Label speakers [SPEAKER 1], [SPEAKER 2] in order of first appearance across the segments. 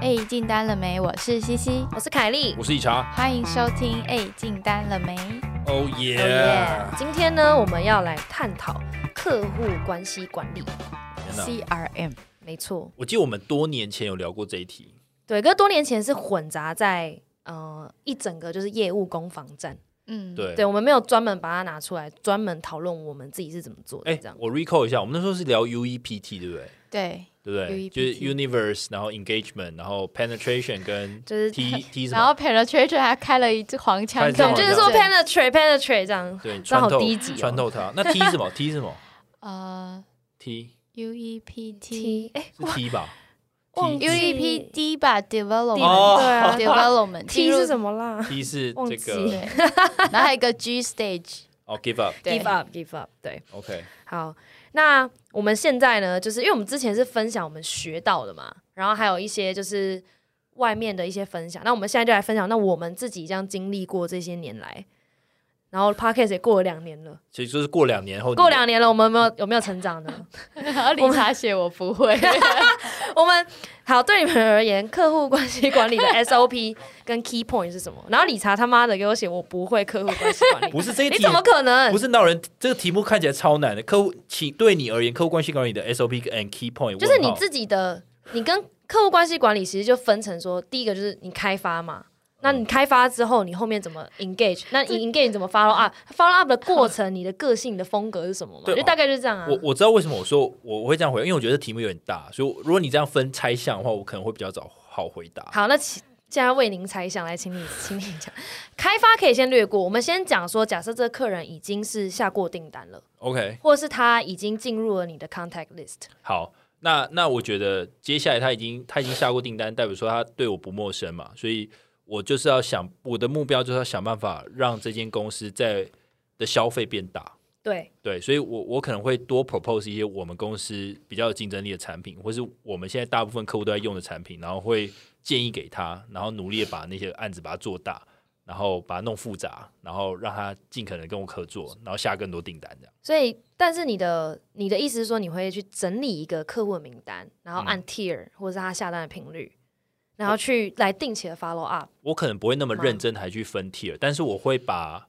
[SPEAKER 1] 哎，进单了没？我是西西，
[SPEAKER 2] 我是凯莉。
[SPEAKER 3] 我是一茶
[SPEAKER 1] 欢迎收听。哎，进单了没？
[SPEAKER 3] ，Oh
[SPEAKER 1] Oh
[SPEAKER 3] yeah！
[SPEAKER 1] yeah
[SPEAKER 2] 今天呢，我们要来探讨客户关系管理。
[SPEAKER 3] 天哪，
[SPEAKER 1] CRM
[SPEAKER 2] 没错，
[SPEAKER 3] 我记得我们多年前有聊过这一题，
[SPEAKER 2] 对，跟多年前是混杂在呃一整个就是业务攻防战。
[SPEAKER 1] 嗯，
[SPEAKER 3] 对
[SPEAKER 2] 对，我们没有专门把它拿出来，专门讨论我们自己是怎么做的
[SPEAKER 3] 哎
[SPEAKER 2] 这样。，
[SPEAKER 3] 我 recall 一下，我们那时候是聊 UEPT，对不对？
[SPEAKER 1] 对
[SPEAKER 3] 对不对？
[SPEAKER 2] E
[SPEAKER 1] UEPT
[SPEAKER 3] 就是 universe，然后 engagement，然后 penetration 跟
[SPEAKER 2] 就是
[SPEAKER 3] T T 什
[SPEAKER 1] 然后
[SPEAKER 3] 么？
[SPEAKER 1] penetration 还开了一支黄腔
[SPEAKER 3] 开了一支
[SPEAKER 1] 给
[SPEAKER 3] 黄
[SPEAKER 1] 我
[SPEAKER 2] 就
[SPEAKER 3] 腔
[SPEAKER 2] 是说 penetrate penetrate 这样，
[SPEAKER 3] 对，
[SPEAKER 2] 这
[SPEAKER 3] 穿
[SPEAKER 2] 好
[SPEAKER 3] 透
[SPEAKER 2] 低级哦
[SPEAKER 3] 穿透它。那 T 是 什么？T 是什么
[SPEAKER 1] 呃
[SPEAKER 3] ？T
[SPEAKER 1] UEPT
[SPEAKER 2] E T 哎
[SPEAKER 3] 是 T 吧
[SPEAKER 1] E
[SPEAKER 2] 忘记
[SPEAKER 3] T
[SPEAKER 1] UEPT 吧
[SPEAKER 3] 哦
[SPEAKER 2] 对 啊
[SPEAKER 1] development，development
[SPEAKER 2] T 是什么啦
[SPEAKER 3] T 是
[SPEAKER 2] 忘
[SPEAKER 3] 这
[SPEAKER 1] 对
[SPEAKER 3] 个
[SPEAKER 2] 记
[SPEAKER 1] 然后还有一个 G stage，
[SPEAKER 3] 哦，give up，OK，
[SPEAKER 1] 对
[SPEAKER 2] give up give up 对。好，那我们现在呢，就是因为我们之前是分享我们学到的嘛，然后还有一些就是外面的一些分享。那我们现在就来分享，那我们自己这样经历过这些年来，然后 podcast 也过了两年了，
[SPEAKER 3] 所以就是过两年后，
[SPEAKER 2] 过两年了，我们有没有有没有成长呢？
[SPEAKER 1] 然后理查写我不 会，
[SPEAKER 2] 我们好，对你们而言，客户关系管理的 SOP 跟 key point 是什么？然后理查他妈的给我写，我不会客户关系 管理，
[SPEAKER 3] 不是这一
[SPEAKER 2] 你
[SPEAKER 3] 题
[SPEAKER 2] 怎，么可能
[SPEAKER 3] 不？是闹人。这个题目看起来超难的，客户请对你而言，客户关系管理的 SOP and key point，
[SPEAKER 2] 就是
[SPEAKER 3] 问
[SPEAKER 2] 你
[SPEAKER 3] 号
[SPEAKER 2] 自己的，你跟客户关系管理其实就分成说，第一个就是你开发嘛。那
[SPEAKER 3] 嗯
[SPEAKER 2] 你开发之后，你后面怎么 engage？那你 engage 你怎么 follow up？follow up 的过程，你的个性、你的风格是什么嘛？
[SPEAKER 3] 对
[SPEAKER 2] 就大概就是这样啊。
[SPEAKER 3] 我我知道为什么我说我会这样回，因为我觉得题目有点大，所以如果你这样分拆项的话，我可能会比较早好回答。
[SPEAKER 2] 好，那请现在为您猜想，来，请你，请你讲。开发可以先略过，我们先讲说，假设这个客人已经是下过订单了，
[SPEAKER 3] OK，
[SPEAKER 2] 或是他已经进入了你的 contact list，
[SPEAKER 3] 好，那那我觉得接下来他已经他已经下过订单，代表说他对我不陌生嘛，所以我就是要想我的目标就是要想办法让这间公司在的消费变大。
[SPEAKER 2] 对，
[SPEAKER 3] 对，所以我我可能会多 propose 一些我们公司比较有竞争力的产品，或是我们现在大部分客户都在用的产品，然后会建议给他，然后努力地把那些案子把它做大，然后把它弄复杂，然后让他尽可能跟我合作，然后下更多订单这样。
[SPEAKER 2] 所以，但是你的你的意思是说，你会去整理一个客户的名单，然后
[SPEAKER 3] 嗯
[SPEAKER 2] 按 tier、或者是他下单的频率，然后去来定期的 follow up。
[SPEAKER 3] 我可能不会那么认真还去分 tier，但是我会把，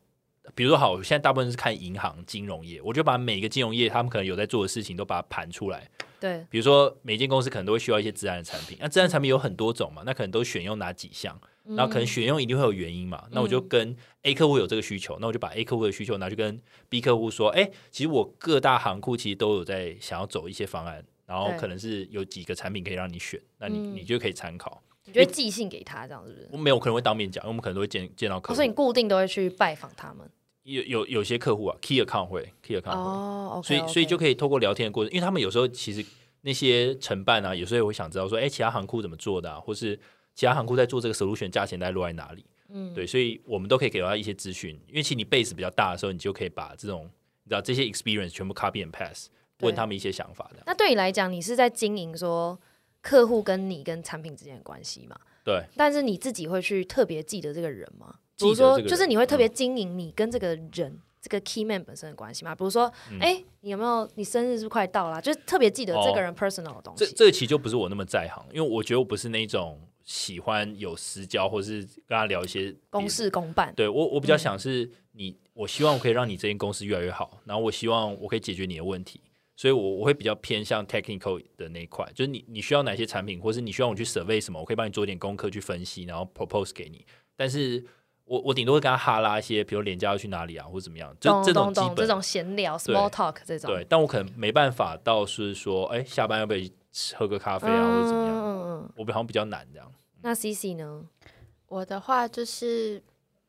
[SPEAKER 3] 比如说好，我现在大部分是看银行、金融业，我就把每个金融业他们可能有在做的事情都把它盘出来，
[SPEAKER 2] 对，
[SPEAKER 3] 比如说每间公司可能都会需要一些自然的产品，那自然产品有很多种嘛，那可能都选用哪几项，
[SPEAKER 2] 嗯
[SPEAKER 3] 然后可能选用一定会有原因嘛，那我就跟 A 客户有这个需求，那我就把 A 客户的需求拿去跟 B 客户说，哎，其实我各大行库其实都有在想要走一些方案，然后
[SPEAKER 2] 对
[SPEAKER 3] 可能是有几个产品可以让你选，那你、
[SPEAKER 2] 嗯
[SPEAKER 3] 你就可以参考。
[SPEAKER 2] 你就会寄信给他，这样是不是？
[SPEAKER 3] 我没有可能会当面讲，因为我们可能都会见见到客
[SPEAKER 2] 哦、
[SPEAKER 3] 户
[SPEAKER 2] 所以，你固定都会去拜访他们。
[SPEAKER 3] 有有有些客户啊，key account 会 key account 会。
[SPEAKER 2] 哦，OK，
[SPEAKER 3] 所以所以就可以透过聊天的过程，因为他们有时候其实那些承办啊，有时候也会想知道说，哎、其他航库怎么做的、啊，或是其他航库在做这个 solution 价钱大概落在哪里？
[SPEAKER 2] 嗯，
[SPEAKER 3] 对，所以我们都可以给到他一些资讯，因为其实你 base 比较大的时候，你就可以把这种你知道这些 experience 全部 copy and pass，
[SPEAKER 2] 对
[SPEAKER 3] 问他们一些想法的。
[SPEAKER 2] 那对你来讲，你是在经营说客户跟你跟产品之间的关系嘛？
[SPEAKER 3] 对，
[SPEAKER 2] 但是你自己会去特别记得这个人吗？比
[SPEAKER 3] 记得
[SPEAKER 2] 如说，
[SPEAKER 3] 这个人嗯
[SPEAKER 2] 就是你会特别经营你跟这个人、这个 key man 本身的关系吗？比如说，
[SPEAKER 3] 嗯
[SPEAKER 2] 哎、你有没有你生日是不是快到啦？就是特别记得这个人 personal 的东
[SPEAKER 3] 哦这
[SPEAKER 2] 西。
[SPEAKER 3] 这个其实就不是我那么在行，因为我觉得我不是那种喜欢有私交，或是跟他聊一些
[SPEAKER 2] 公
[SPEAKER 3] 别
[SPEAKER 2] 事公办，
[SPEAKER 3] 对我，我
[SPEAKER 2] 嗯
[SPEAKER 3] 比较想是你，我希望我可以让你这间公司越来越好，然后我希望我可以解决你的问题，所以我我会比较偏向 technical 的那一块，就是你你需要哪些产品，或是你需要我去 survey 什么，我可以帮你做一点功课去分析，然后 propose 给你。但是我我顶多会跟他哈拉一些，比如廉价要去哪里啊，或者怎么样，就
[SPEAKER 2] 懂
[SPEAKER 3] 这种
[SPEAKER 2] 懂
[SPEAKER 3] 基
[SPEAKER 2] 懂，这
[SPEAKER 3] 本
[SPEAKER 2] 种闲聊 small talk 这种，
[SPEAKER 3] 对，但我可能没办法到是说，哎，下班要不要去吃喝个咖啡啊，或者怎么样，
[SPEAKER 2] 嗯嗯嗯。
[SPEAKER 3] 我好像比较难这样。
[SPEAKER 2] 那 C C 呢？
[SPEAKER 1] 我的话就是，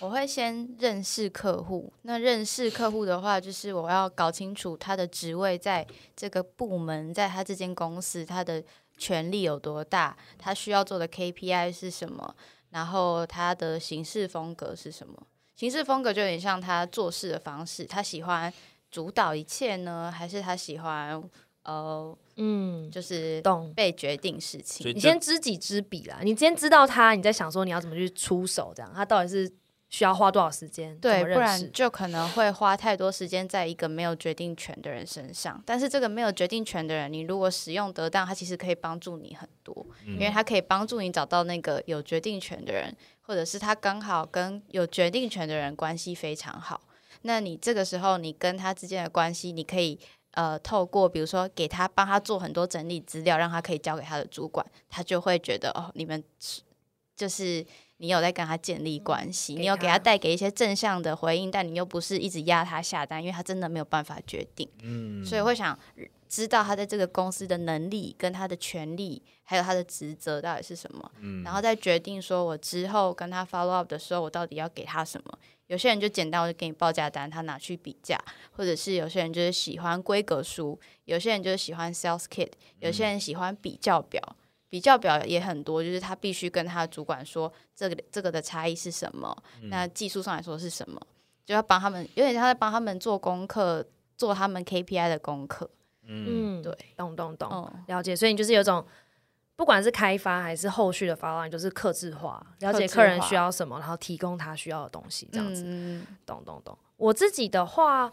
[SPEAKER 1] 我会先认识客户。那认识客户的话，就是我要搞清楚他的职位在这个部门，在他这间公司，他的权力有多大，他需要做的 KPI 是什么，然后他的行事风格是什么。行事风格就有点像他做事的方式，他喜欢主导一切呢，还是他喜欢呃，
[SPEAKER 2] 嗯，
[SPEAKER 1] 就是
[SPEAKER 2] 懂。
[SPEAKER 1] 被决定事情
[SPEAKER 3] 所？以
[SPEAKER 2] 你
[SPEAKER 3] 就
[SPEAKER 2] 先知己知彼啦，你先知道他，你在想说你要怎么去出手，这样他到底是需要花多少时间，
[SPEAKER 1] 对，
[SPEAKER 2] 怎么
[SPEAKER 1] 不
[SPEAKER 2] 认识
[SPEAKER 1] 然，就可能会花太多时间在一个没有决定权的人身上。但是这个没有决定权的人，你如果使用得当，他其实可以帮助你很多，因
[SPEAKER 2] 嗯
[SPEAKER 1] 为他可以帮助你找到那个有决定权的人，或者是他刚好跟有决定权的人关系非常好。那你这个时候，你跟他之间的关系，你可以呃透过比如说给他帮他做很多整理资料，让他可以交给他的主管，他就会觉得哦，你们是就是你有在跟他建立关系，
[SPEAKER 2] 嗯给
[SPEAKER 1] 你有给
[SPEAKER 2] 他
[SPEAKER 1] 他带给一些正向的回应，但你又不是一直压他下单，因为他真的没有办法决定，
[SPEAKER 3] 嗯
[SPEAKER 1] 所以会想知道他在这个公司的能力、跟他的权利，还有他的职责到底是什么，
[SPEAKER 3] 嗯
[SPEAKER 1] 然后再决定说我之后跟他 follow up 的时候，我到底要给他什么。有些人就简单，我就给你报价单，他拿去比价，或者是有些人就是喜欢规格书，有些人就是喜欢 sales kit，有
[SPEAKER 2] 嗯
[SPEAKER 1] 些人喜欢比较表。比较表也很多，就是他必须跟他的主管说这个这个的差异是什么，那
[SPEAKER 2] 嗯
[SPEAKER 1] 技术上来说是什么，就要帮他们，有点像在帮他们做功课，做他们 KPI 的功课。
[SPEAKER 2] 嗯，
[SPEAKER 1] 对，
[SPEAKER 2] 懂懂懂，
[SPEAKER 1] 哦、
[SPEAKER 2] 了解。所以你就是有种，不管是开发还是后续的发 o 你就是克制化，了解
[SPEAKER 1] 客制
[SPEAKER 2] 客人
[SPEAKER 1] 化
[SPEAKER 2] 需要什么，然后提供他需要的东西，这样子。
[SPEAKER 1] 嗯，
[SPEAKER 2] 懂懂懂。我自己的话，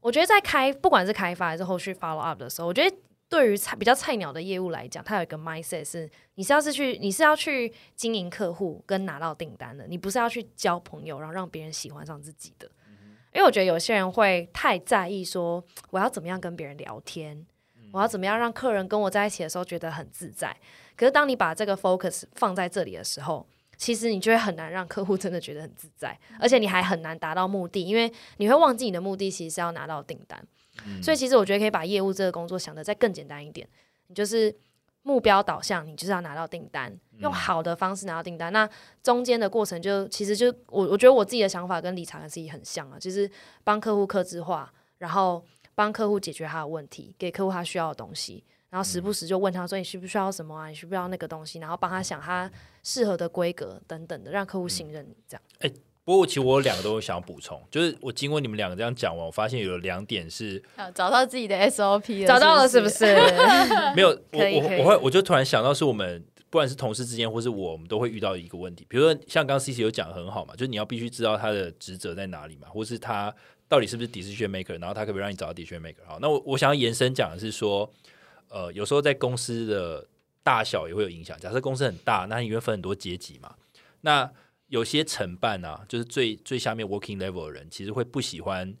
[SPEAKER 2] 我觉得在开不管是开发还是后续 follow up 的时候，我觉得对于菜比较菜鸟的业务来讲，它有一个 mindset 是你是要是去你是要去经营客户跟拿到订单的，你不是要去交朋友，然后让别人喜欢上自己的。因为我觉得有些人会太在意说我要怎么样跟别人聊天，我要怎么样让客人跟我在一起的时候觉得很自在。可是当你把这个 focus 放在这里的时候，其实你就会很难让客户真的觉得很自在，而且你还很难达到目的，因为你会忘记你的目的其实是要拿到订单。所以其实我觉得可以把业务这个工作想得再更简单一点，你就是目标导向，你就是要拿到订单，用好的方式拿到订单。那中间的过程就其实就我我觉得我自己的想法跟理查的自己很像啊，就是帮客户客制化，然后帮客户解决他的问题，给客户他需要的东西。然后时不时就问他说：“你需不需要什么啊？你需不需要那个东西？”然后帮他想他适合的规格等等的，让
[SPEAKER 3] 嗯
[SPEAKER 2] 客户信任你。这样，
[SPEAKER 3] 不过其实我有两个都想要补充，就是我经过你们两个这样讲完，我发现有两点是
[SPEAKER 1] 啊找到自己的 SOP 了，
[SPEAKER 2] 找到了是不
[SPEAKER 1] 是？
[SPEAKER 2] 是？
[SPEAKER 3] 没有，我
[SPEAKER 2] 可以可以
[SPEAKER 3] 我我会我就突然想到，是我们不管是同事之间，或是我们都会遇到一个问题，比如说像刚刚 C C 有讲得很好嘛，就是你要必须知道他的职责在哪里嘛，或是他到底是不是 decision maker，然后他可不可以让你找到 decision maker。好，那我我想要延伸讲的是说，呃，有时候在公司的大小也会有影响。假设公司很大，那你会分很多阶级嘛，那有些承办啊，就是最最下面 working level 的人，其实会不喜欢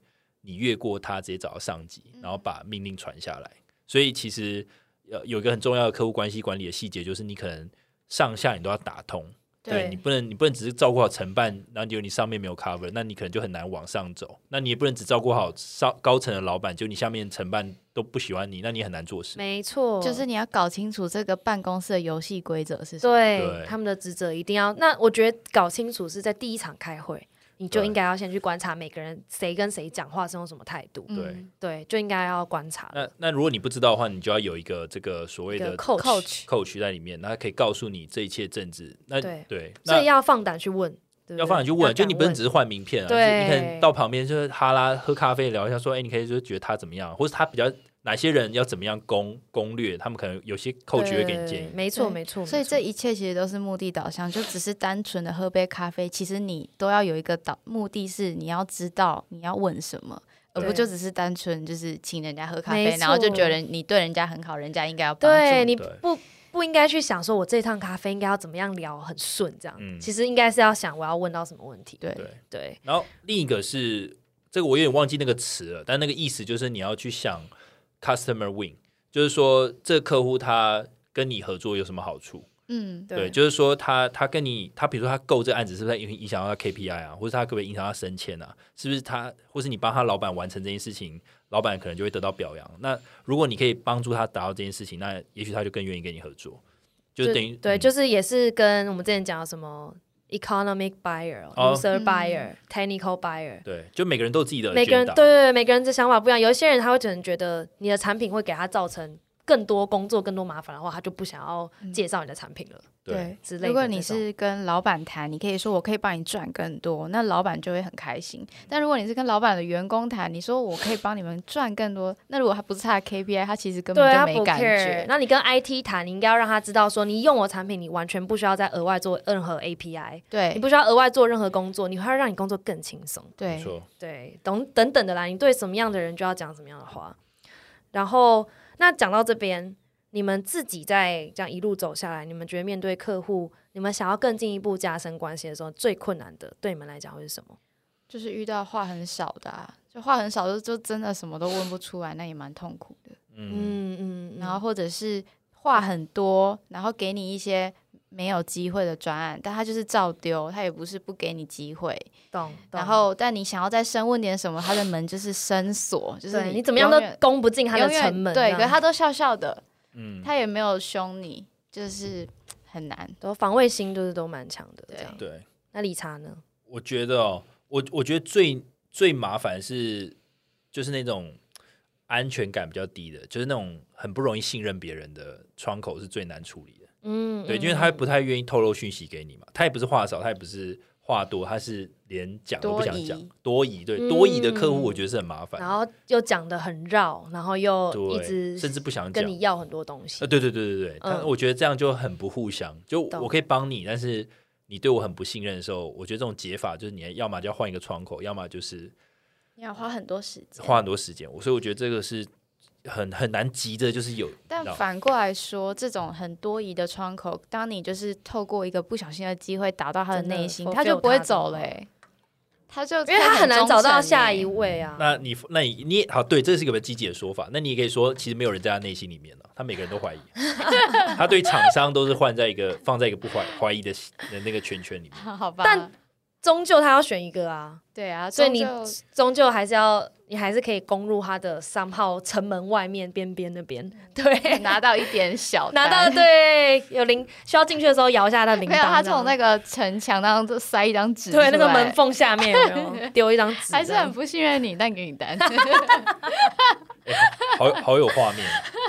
[SPEAKER 3] 你越过他直接找到上级，然后把命令传下来。所以其实呃有一个很重要的客户关系管理的细节，就是你可能上下你都要打通，
[SPEAKER 2] 对
[SPEAKER 3] 你不能你不能只是照顾好承办，然后结果你上面没有 cover，那你可能就很难往上走。那你也不能只照顾好上高层的老板，就你下面承办都不喜欢你，那你很难做事。
[SPEAKER 2] 没错，
[SPEAKER 1] 就是你要搞清楚这个办公室的游戏规则是什么。
[SPEAKER 2] 对
[SPEAKER 3] 对
[SPEAKER 2] 他们的职责一定要。那我觉得搞清楚是在第一场开会，你就
[SPEAKER 3] 对
[SPEAKER 2] 应该要先去观察每个人谁跟谁讲话是用什么态度，
[SPEAKER 3] 对
[SPEAKER 1] 嗯
[SPEAKER 2] 对，就应该要观察。
[SPEAKER 3] 那那如果你不知道的话，你就要有一个这个所谓
[SPEAKER 2] 一个
[SPEAKER 3] 的
[SPEAKER 2] coach
[SPEAKER 1] coach
[SPEAKER 3] coach 在里面，那他可以告诉你这一切政治。那
[SPEAKER 2] 对所
[SPEAKER 3] 那
[SPEAKER 2] 以要放胆去问，对不对
[SPEAKER 3] 要放你去问，就
[SPEAKER 2] 敢
[SPEAKER 3] 你不能只是换名片啊，就
[SPEAKER 2] 对
[SPEAKER 3] 是你可能到旁边就是哈拉喝咖啡聊一下，说，哎，你可以就觉得他怎么样，或者他比较哪些人要怎么样攻攻略，他们可能有些 coach 会给你建
[SPEAKER 2] 对
[SPEAKER 3] 议。
[SPEAKER 2] 没错
[SPEAKER 1] 对
[SPEAKER 2] 没错。
[SPEAKER 1] 所以
[SPEAKER 2] 没错
[SPEAKER 1] 这一切其实都是目的导向，就只是单纯的喝杯咖啡，其实你都要有一个导目的是你要知道你要问什么，而
[SPEAKER 2] 对
[SPEAKER 1] 不就只是单纯就是请人家喝咖
[SPEAKER 2] 没
[SPEAKER 1] 啡
[SPEAKER 2] 错，
[SPEAKER 1] 然后就觉得你对人家很好，人家应该要帮助
[SPEAKER 2] 对你
[SPEAKER 3] 对
[SPEAKER 2] 不不应该去想说我这趟咖啡应该要怎么样聊很顺这样，
[SPEAKER 3] 嗯
[SPEAKER 2] 其实应该是要想我要问到什么问题。
[SPEAKER 1] 对
[SPEAKER 3] 对，
[SPEAKER 2] 对，
[SPEAKER 3] 然后另一个是这个我有点忘记那个词了，但那个意思就是你要去想 customer win，就是说这客户他跟你合作有什么好处。
[SPEAKER 1] 嗯，
[SPEAKER 2] 对
[SPEAKER 3] 就是说他他跟你，他比如说他购这案子是不是影影响到他 KPI 啊，或者他可不可以影响他升迁啊？是不是他，或是你帮他老板完成这件事情，老板可能就会得到表扬。那如果你可以帮助他达到这件事情，那也许他就更愿意跟你合作，就等于
[SPEAKER 2] 对，
[SPEAKER 3] 嗯
[SPEAKER 2] 就是也是跟我们之前讲的什么 economic buyer、
[SPEAKER 3] 哦
[SPEAKER 2] user
[SPEAKER 1] 嗯
[SPEAKER 2] buyer、technical buyer，
[SPEAKER 3] 对，就每个人都有自己的
[SPEAKER 2] 每个人
[SPEAKER 3] agenda
[SPEAKER 2] 对对对，每个人的想法不一样。有一些人他会可能觉得你的产品会给他造成更多工作、更多麻烦的话，他就不想要
[SPEAKER 1] 嗯
[SPEAKER 2] 介绍你的产品了。
[SPEAKER 3] 对，
[SPEAKER 2] 之类的
[SPEAKER 1] 如果你
[SPEAKER 2] 这种
[SPEAKER 1] 是跟老板谈，你可以说我可以帮你赚更多，那老板就会很开
[SPEAKER 2] 嗯
[SPEAKER 1] 心。但如果你是跟老板的员工谈，你说我可以帮你们赚更多，那如果他不是他的 KPI，他其实根
[SPEAKER 2] 对啊
[SPEAKER 1] 本就
[SPEAKER 2] 他不
[SPEAKER 1] 没感
[SPEAKER 2] care。
[SPEAKER 1] 觉。
[SPEAKER 2] 那你跟 IT 谈，你应该要让他知道说，你用我产品，你完全不需要再额外做任何 API，你
[SPEAKER 1] 对
[SPEAKER 2] 不需要额外做任何工作，你会让你工作更轻松。
[SPEAKER 3] 没
[SPEAKER 1] 对，
[SPEAKER 3] 错，
[SPEAKER 2] 对，等等等的啦，你对什么样的人就要讲什么样的话。然后，那讲到这边，你们自己在这样一路走下来，你们觉得面对客户，你们想要更进一步加深关系的时候，最困难的对你们来讲会是什么？
[SPEAKER 1] 就是遇到话很少的、啊，就话很少就就真的什么都问不出来，那也蛮痛苦的。
[SPEAKER 3] 嗯，
[SPEAKER 2] 嗯嗯，
[SPEAKER 1] 然后或者是话很多，然后给你一些没有机会的专案，但他就是照丢，他也不是不给你机会。
[SPEAKER 2] 懂，懂
[SPEAKER 1] 然后，但你想要再深问点什么，他的门就是深锁，就是
[SPEAKER 2] 对
[SPEAKER 1] 你
[SPEAKER 2] 你怎么样都
[SPEAKER 1] 永远
[SPEAKER 2] 攻不进他的
[SPEAKER 1] 永远
[SPEAKER 2] 城门这啊
[SPEAKER 1] 对，
[SPEAKER 2] 样，
[SPEAKER 1] 可是他都笑笑的，
[SPEAKER 3] 嗯
[SPEAKER 1] 他也没有凶你，就是很难。
[SPEAKER 2] 都防卫心就是都蛮强的。这样，
[SPEAKER 3] 对，
[SPEAKER 2] 那理查呢？
[SPEAKER 3] 我觉得哦，我我觉得最最麻烦是就是那种安全感比较低的，就是那种很不容易信任别人的窗口是最难处理的。
[SPEAKER 2] 嗯，
[SPEAKER 3] 对，
[SPEAKER 2] 嗯
[SPEAKER 3] 因为他不太愿意透露讯息给你嘛，他也不是话少，他也不是话多，他是连讲都不想讲
[SPEAKER 1] 多疑，
[SPEAKER 3] 多疑，对，
[SPEAKER 2] 嗯
[SPEAKER 3] 多疑的客户我觉得是很麻烦，
[SPEAKER 2] 然后又讲的很绕，然后又一
[SPEAKER 3] 对，
[SPEAKER 2] 直
[SPEAKER 3] 甚至不想讲
[SPEAKER 2] 跟。你要很多东西
[SPEAKER 3] 呃，。对对对对对，但
[SPEAKER 2] 嗯
[SPEAKER 3] 我觉得这样就很不互相。就
[SPEAKER 2] 懂
[SPEAKER 3] 我可以帮你，但是你对我很不信任的时候，我觉得这种解法就是你要么就要换一个窗口，要么就是
[SPEAKER 1] 你要花很多时间，
[SPEAKER 3] 花很多时间。我所以我觉得这个是很很难急的，就是有，
[SPEAKER 1] 但
[SPEAKER 3] 你知道
[SPEAKER 1] 反过来说，这种很多疑的窗口，当你就是透过一个不小心的机会打到他的
[SPEAKER 2] 真的
[SPEAKER 1] 内心，
[SPEAKER 2] fulfill
[SPEAKER 1] 他就不会
[SPEAKER 2] 他的
[SPEAKER 1] 走了、欸，他就因
[SPEAKER 2] 因为他很难找到下一位啊，
[SPEAKER 3] 那你那你你也好，对，这是一个积极的说法。那你也可以说，其实没有人在他内心里面了、他每个人都怀疑，他对厂商都是换在一个放在一个不怀怀疑的的那个圈圈里面。
[SPEAKER 1] 好吧？
[SPEAKER 2] 但终究他要选一个啊，
[SPEAKER 1] 对啊，
[SPEAKER 2] 所以
[SPEAKER 1] 终
[SPEAKER 2] 你
[SPEAKER 1] 究
[SPEAKER 2] 终究还是要，你还是可以攻入他的三号城门外面边边那边，
[SPEAKER 1] 嗯
[SPEAKER 2] 对，
[SPEAKER 1] 拿到一点小
[SPEAKER 2] 拿
[SPEAKER 1] 单
[SPEAKER 2] 到对有铃需要进去的时候摇一下他的铃铛，
[SPEAKER 1] 没有，他从
[SPEAKER 2] 这
[SPEAKER 1] 那
[SPEAKER 2] 样
[SPEAKER 1] 个城墙当中就塞一张纸出来，
[SPEAKER 2] 对那个门缝下面有没有丢一张纸这 样，
[SPEAKER 1] 还是很不信任你，但给你 单。
[SPEAKER 3] 好好有画面，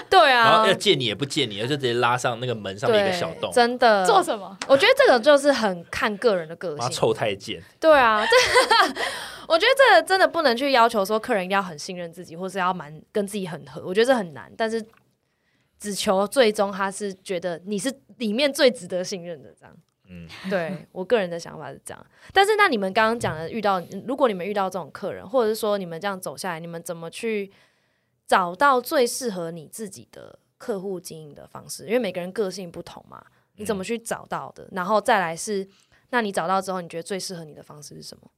[SPEAKER 2] 对
[SPEAKER 3] 然
[SPEAKER 2] 啊
[SPEAKER 3] 后要，见你也不见你，就直接拉上那个门上面一个小洞，
[SPEAKER 2] 真的
[SPEAKER 1] 做什么？
[SPEAKER 2] 我觉得这个就是很看个人的个
[SPEAKER 3] 妈
[SPEAKER 2] 性，
[SPEAKER 3] 臭太监，
[SPEAKER 2] 对啊， 这我觉得这个真的不能去要求说客人一定要很信任自己，或是要蛮跟自己很呃合，我觉得这很难。但是只求最终他是觉得你是里面最值得信任的这样。
[SPEAKER 3] 嗯，
[SPEAKER 2] 对我个人的想法是这样。但是那你们刚刚讲的遇到，如果你们遇到这种客人，或者是说你们这样走下来，你们怎么去找到最适合你自己的客户经营的方式？因为每个人个性不同嘛，你怎么去找到的？然后再来是，那你找到之后，你觉得最适合你的方式是什么？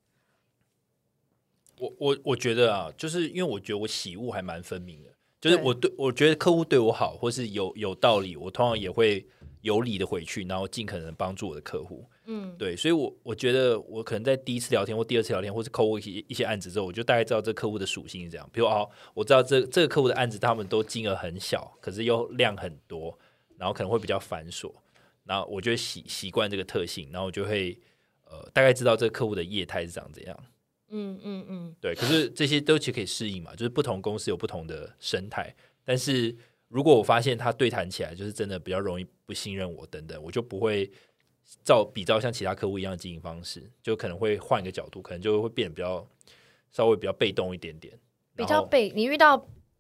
[SPEAKER 3] 我我我觉得啊，就是因为我觉得我喜恶还蛮分明的，就是
[SPEAKER 2] 对
[SPEAKER 3] 我对我觉得客户对我好，或是有有道理，我通常也会有理的回去，然后尽可能帮助我的客户。
[SPEAKER 2] 嗯，
[SPEAKER 3] 对，所以我，我觉得我可能在第一次聊天或第二次聊天，或是扣过一些一些案子之后，我就大概知道这客户的属性是这样。比如哦，我知道这这个客户的案子，他们都金额很小，可是又量很多，然后可能会比较繁琐，然后我就会习习惯这个特性，然后我就会呃大概知道这个客户的业态是长怎样。
[SPEAKER 2] 嗯嗯嗯，
[SPEAKER 3] 对，可是这些都其实可以适应嘛，就是不同公司有不同的生态。但是如果我发现他对谈起来就是真的比较容易不信任我等等，我就不会照比照像其他客户一样的经营方式，就可能会换一个角度，可能就会变得比较稍微比较被动一点点。
[SPEAKER 2] 比
[SPEAKER 3] 然
[SPEAKER 2] 较
[SPEAKER 3] 后
[SPEAKER 2] 被你遇到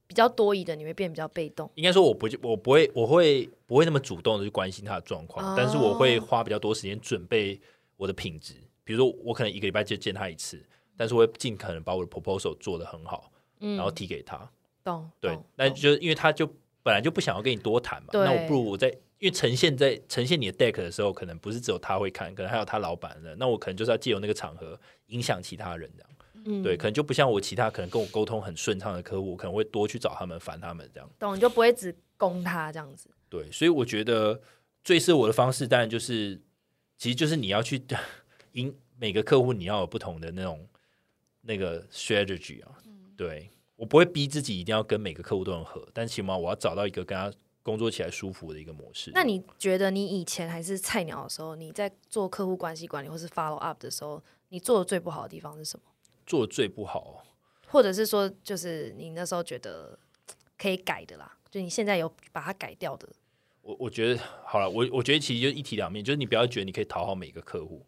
[SPEAKER 2] 比较多疑的，你会变比较被动。
[SPEAKER 3] 应该说我不我不会我会不会那么主动的去关心他的状况，
[SPEAKER 2] 哦
[SPEAKER 3] 但是我会花比较多时间准备我的品质。比如说我可能一个礼拜就见他一次，但是我会尽可能把我的 proposal 做得很好，
[SPEAKER 2] 嗯
[SPEAKER 3] 然后提给他。
[SPEAKER 2] 懂
[SPEAKER 3] 对
[SPEAKER 2] 懂，
[SPEAKER 3] 那
[SPEAKER 2] 懂
[SPEAKER 3] 就是因为他就本来就不想要跟你多谈嘛，
[SPEAKER 2] 对
[SPEAKER 3] 那我不如我在因为呈现在呈现你的 deck 的时候，可能不是只有他会看，可能还有他老板的，那我可能就是要借由那个场合影响其他人这样，
[SPEAKER 2] 嗯
[SPEAKER 3] 对，可能就不像我其他可能跟我沟通很顺畅的客户，我可能会多去找他们烦他们这样，
[SPEAKER 2] 懂，你就不会只攻他这样子。
[SPEAKER 3] 对，所以我觉得最适合我的方式，当然就是其实就是你要去 因每个客户你要有不同的那种那个 strategy 啊，
[SPEAKER 2] 嗯
[SPEAKER 3] 对我不会逼自己一定要跟每个客户都很合，但起码我要找到一个跟他工作起来舒服的一个模式。
[SPEAKER 2] 那你觉得你以前还是菜鸟的时候，你在做客户关系管理或是 follow up 的时候，你做的最不好的地方是什么？
[SPEAKER 3] 做得最不好，
[SPEAKER 2] 或者是说，就是你那时候觉得嘖可以改的啦，就你现在有把它改掉的？
[SPEAKER 3] 我我觉得好了，我我觉得其实就一体两面，就是你不要觉得你可以讨好每个客户，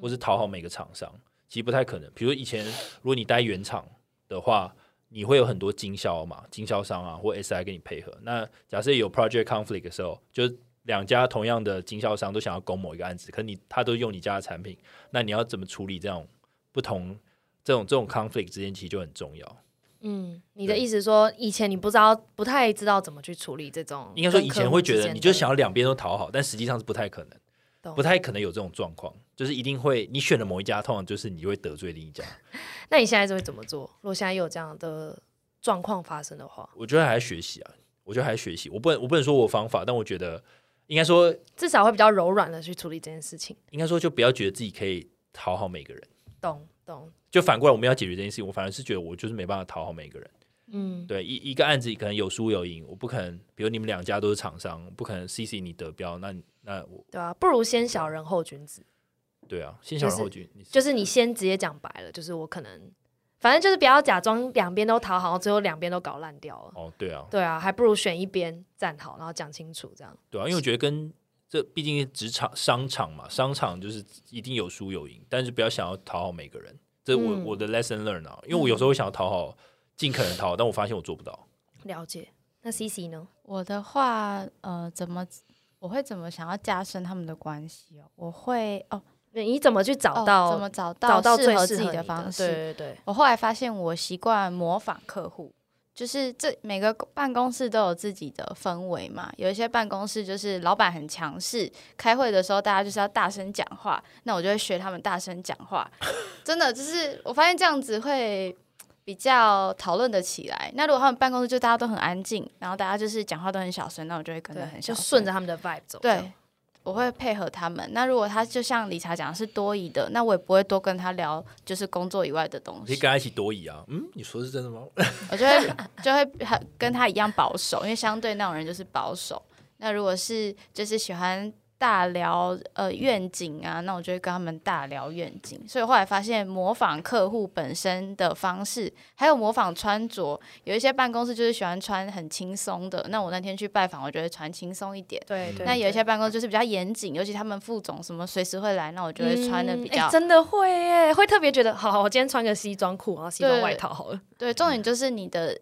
[SPEAKER 3] 或是讨好每个厂商，其实不太可能。比如以前如果你待原厂的话，你会有很多经销嘛，经销商啊或 SI 跟你配合。那假设有 project conflict 的时候，就是两家同样的经销商都想要攻某一个案子，可你他都用你家的产品，那你要怎么处理这种不同这种这种 conflict 之间，其实就很重要。
[SPEAKER 2] 嗯，你的意思说以前你不知道，不太知道怎么去处理这种，
[SPEAKER 3] 应该说以前会觉得你就想要两边都讨好，但实际上是不太可能，
[SPEAKER 2] 懂
[SPEAKER 3] 不太可能有这种状况，就是一定会你选了某一家，通常就是你会得罪另一家。
[SPEAKER 2] 那你现在就会怎么做？如果现在有这样的状况发生的话，
[SPEAKER 3] 我觉得还在学习啊，我觉得还在学习，我不能我不能说我有方法，但我觉得应该说
[SPEAKER 2] 至少会比较柔软的去处理这件事情。
[SPEAKER 3] 应该说就不要觉得自己可以讨好每个人，
[SPEAKER 2] 懂懂，
[SPEAKER 3] 就反过来我们要解决这件事情，我反而是觉得我就是没办法讨好每个人。
[SPEAKER 2] 嗯，
[SPEAKER 3] 对一一个案子可能有输有赢，我不可能，比如你们两家都是厂商，不可能 CC 你得标，那你那我
[SPEAKER 2] 对啊，不如先小人后君子，
[SPEAKER 3] 对啊，先小
[SPEAKER 2] 就
[SPEAKER 3] 人
[SPEAKER 2] 是
[SPEAKER 3] 后君，你
[SPEAKER 2] 就是你先直接讲白了，就是我可能，反正就是不要假装两边都讨好，最后两边都搞烂掉了。
[SPEAKER 3] 哦对啊，
[SPEAKER 2] 对啊，还不如选一边站好，然后讲清楚这样。
[SPEAKER 3] 对啊，因为我觉得跟这毕竟是职场商场嘛，商场就是一定有输有赢，但是不要想要讨好每个人，这我、
[SPEAKER 2] 嗯
[SPEAKER 3] 我的 lesson learn 啊，因为我有时候会想要讨好，尽可能讨好，但我发现我做不到。
[SPEAKER 2] 了解。那 C C 呢？
[SPEAKER 1] 我的话，呃，怎么我会怎么想要加深他们的关系哦？我会哦，
[SPEAKER 2] 你你怎么去找
[SPEAKER 1] 哦
[SPEAKER 2] 到、
[SPEAKER 1] 怎么找
[SPEAKER 2] 找到
[SPEAKER 1] 适
[SPEAKER 2] 最
[SPEAKER 1] 合自
[SPEAKER 2] 适
[SPEAKER 1] 己
[SPEAKER 2] 合你
[SPEAKER 1] 的方式？
[SPEAKER 2] 对对对，
[SPEAKER 1] 我后来发现，我习惯模仿客户，就是这每个办公室都有自己的氛围嘛。有一些办公室就是老板很强势，开会的时候大家就是要大声讲话，那我就会学他们大声讲话。 真的，就是我发现这样子会比较讨论得起来。那如果他们办公室就大家都很安静，然后大家就是讲话都很小声，那我就会跟着
[SPEAKER 2] 对，
[SPEAKER 1] 很小
[SPEAKER 2] 就
[SPEAKER 1] 声，
[SPEAKER 2] 顺着他们的 vibe 走。这样
[SPEAKER 1] 对，我会配合他们。那如果他就像理查讲的是多疑的，那我也不会多跟他聊，就是工作以外的东
[SPEAKER 3] 你可以
[SPEAKER 1] 西。
[SPEAKER 3] 跟他一起多疑啊，嗯，你说的是真的吗？
[SPEAKER 1] 我就会就会很跟他一样保守，因为相对那种人就是保守。那如果是就是喜欢大聊呃愿景啊，那我就会跟他们大聊愿景。所以后来发现，模仿客户本身的方式，还有模仿穿着，有一些办公室就是喜欢穿很轻松的。那我那天去拜访，我就会穿轻松一点。
[SPEAKER 2] 对对。
[SPEAKER 1] 那有一些
[SPEAKER 2] 对
[SPEAKER 1] 办公呃就是比较严谨，尤其他们副总什么随时会来，那我就会穿的比
[SPEAKER 2] 嗯哎
[SPEAKER 1] 较、
[SPEAKER 2] 真的会耶，会特别觉得，好好，我今天穿个西装裤，然后西装
[SPEAKER 1] 对
[SPEAKER 2] 外套好了。
[SPEAKER 1] 对。重点就是你的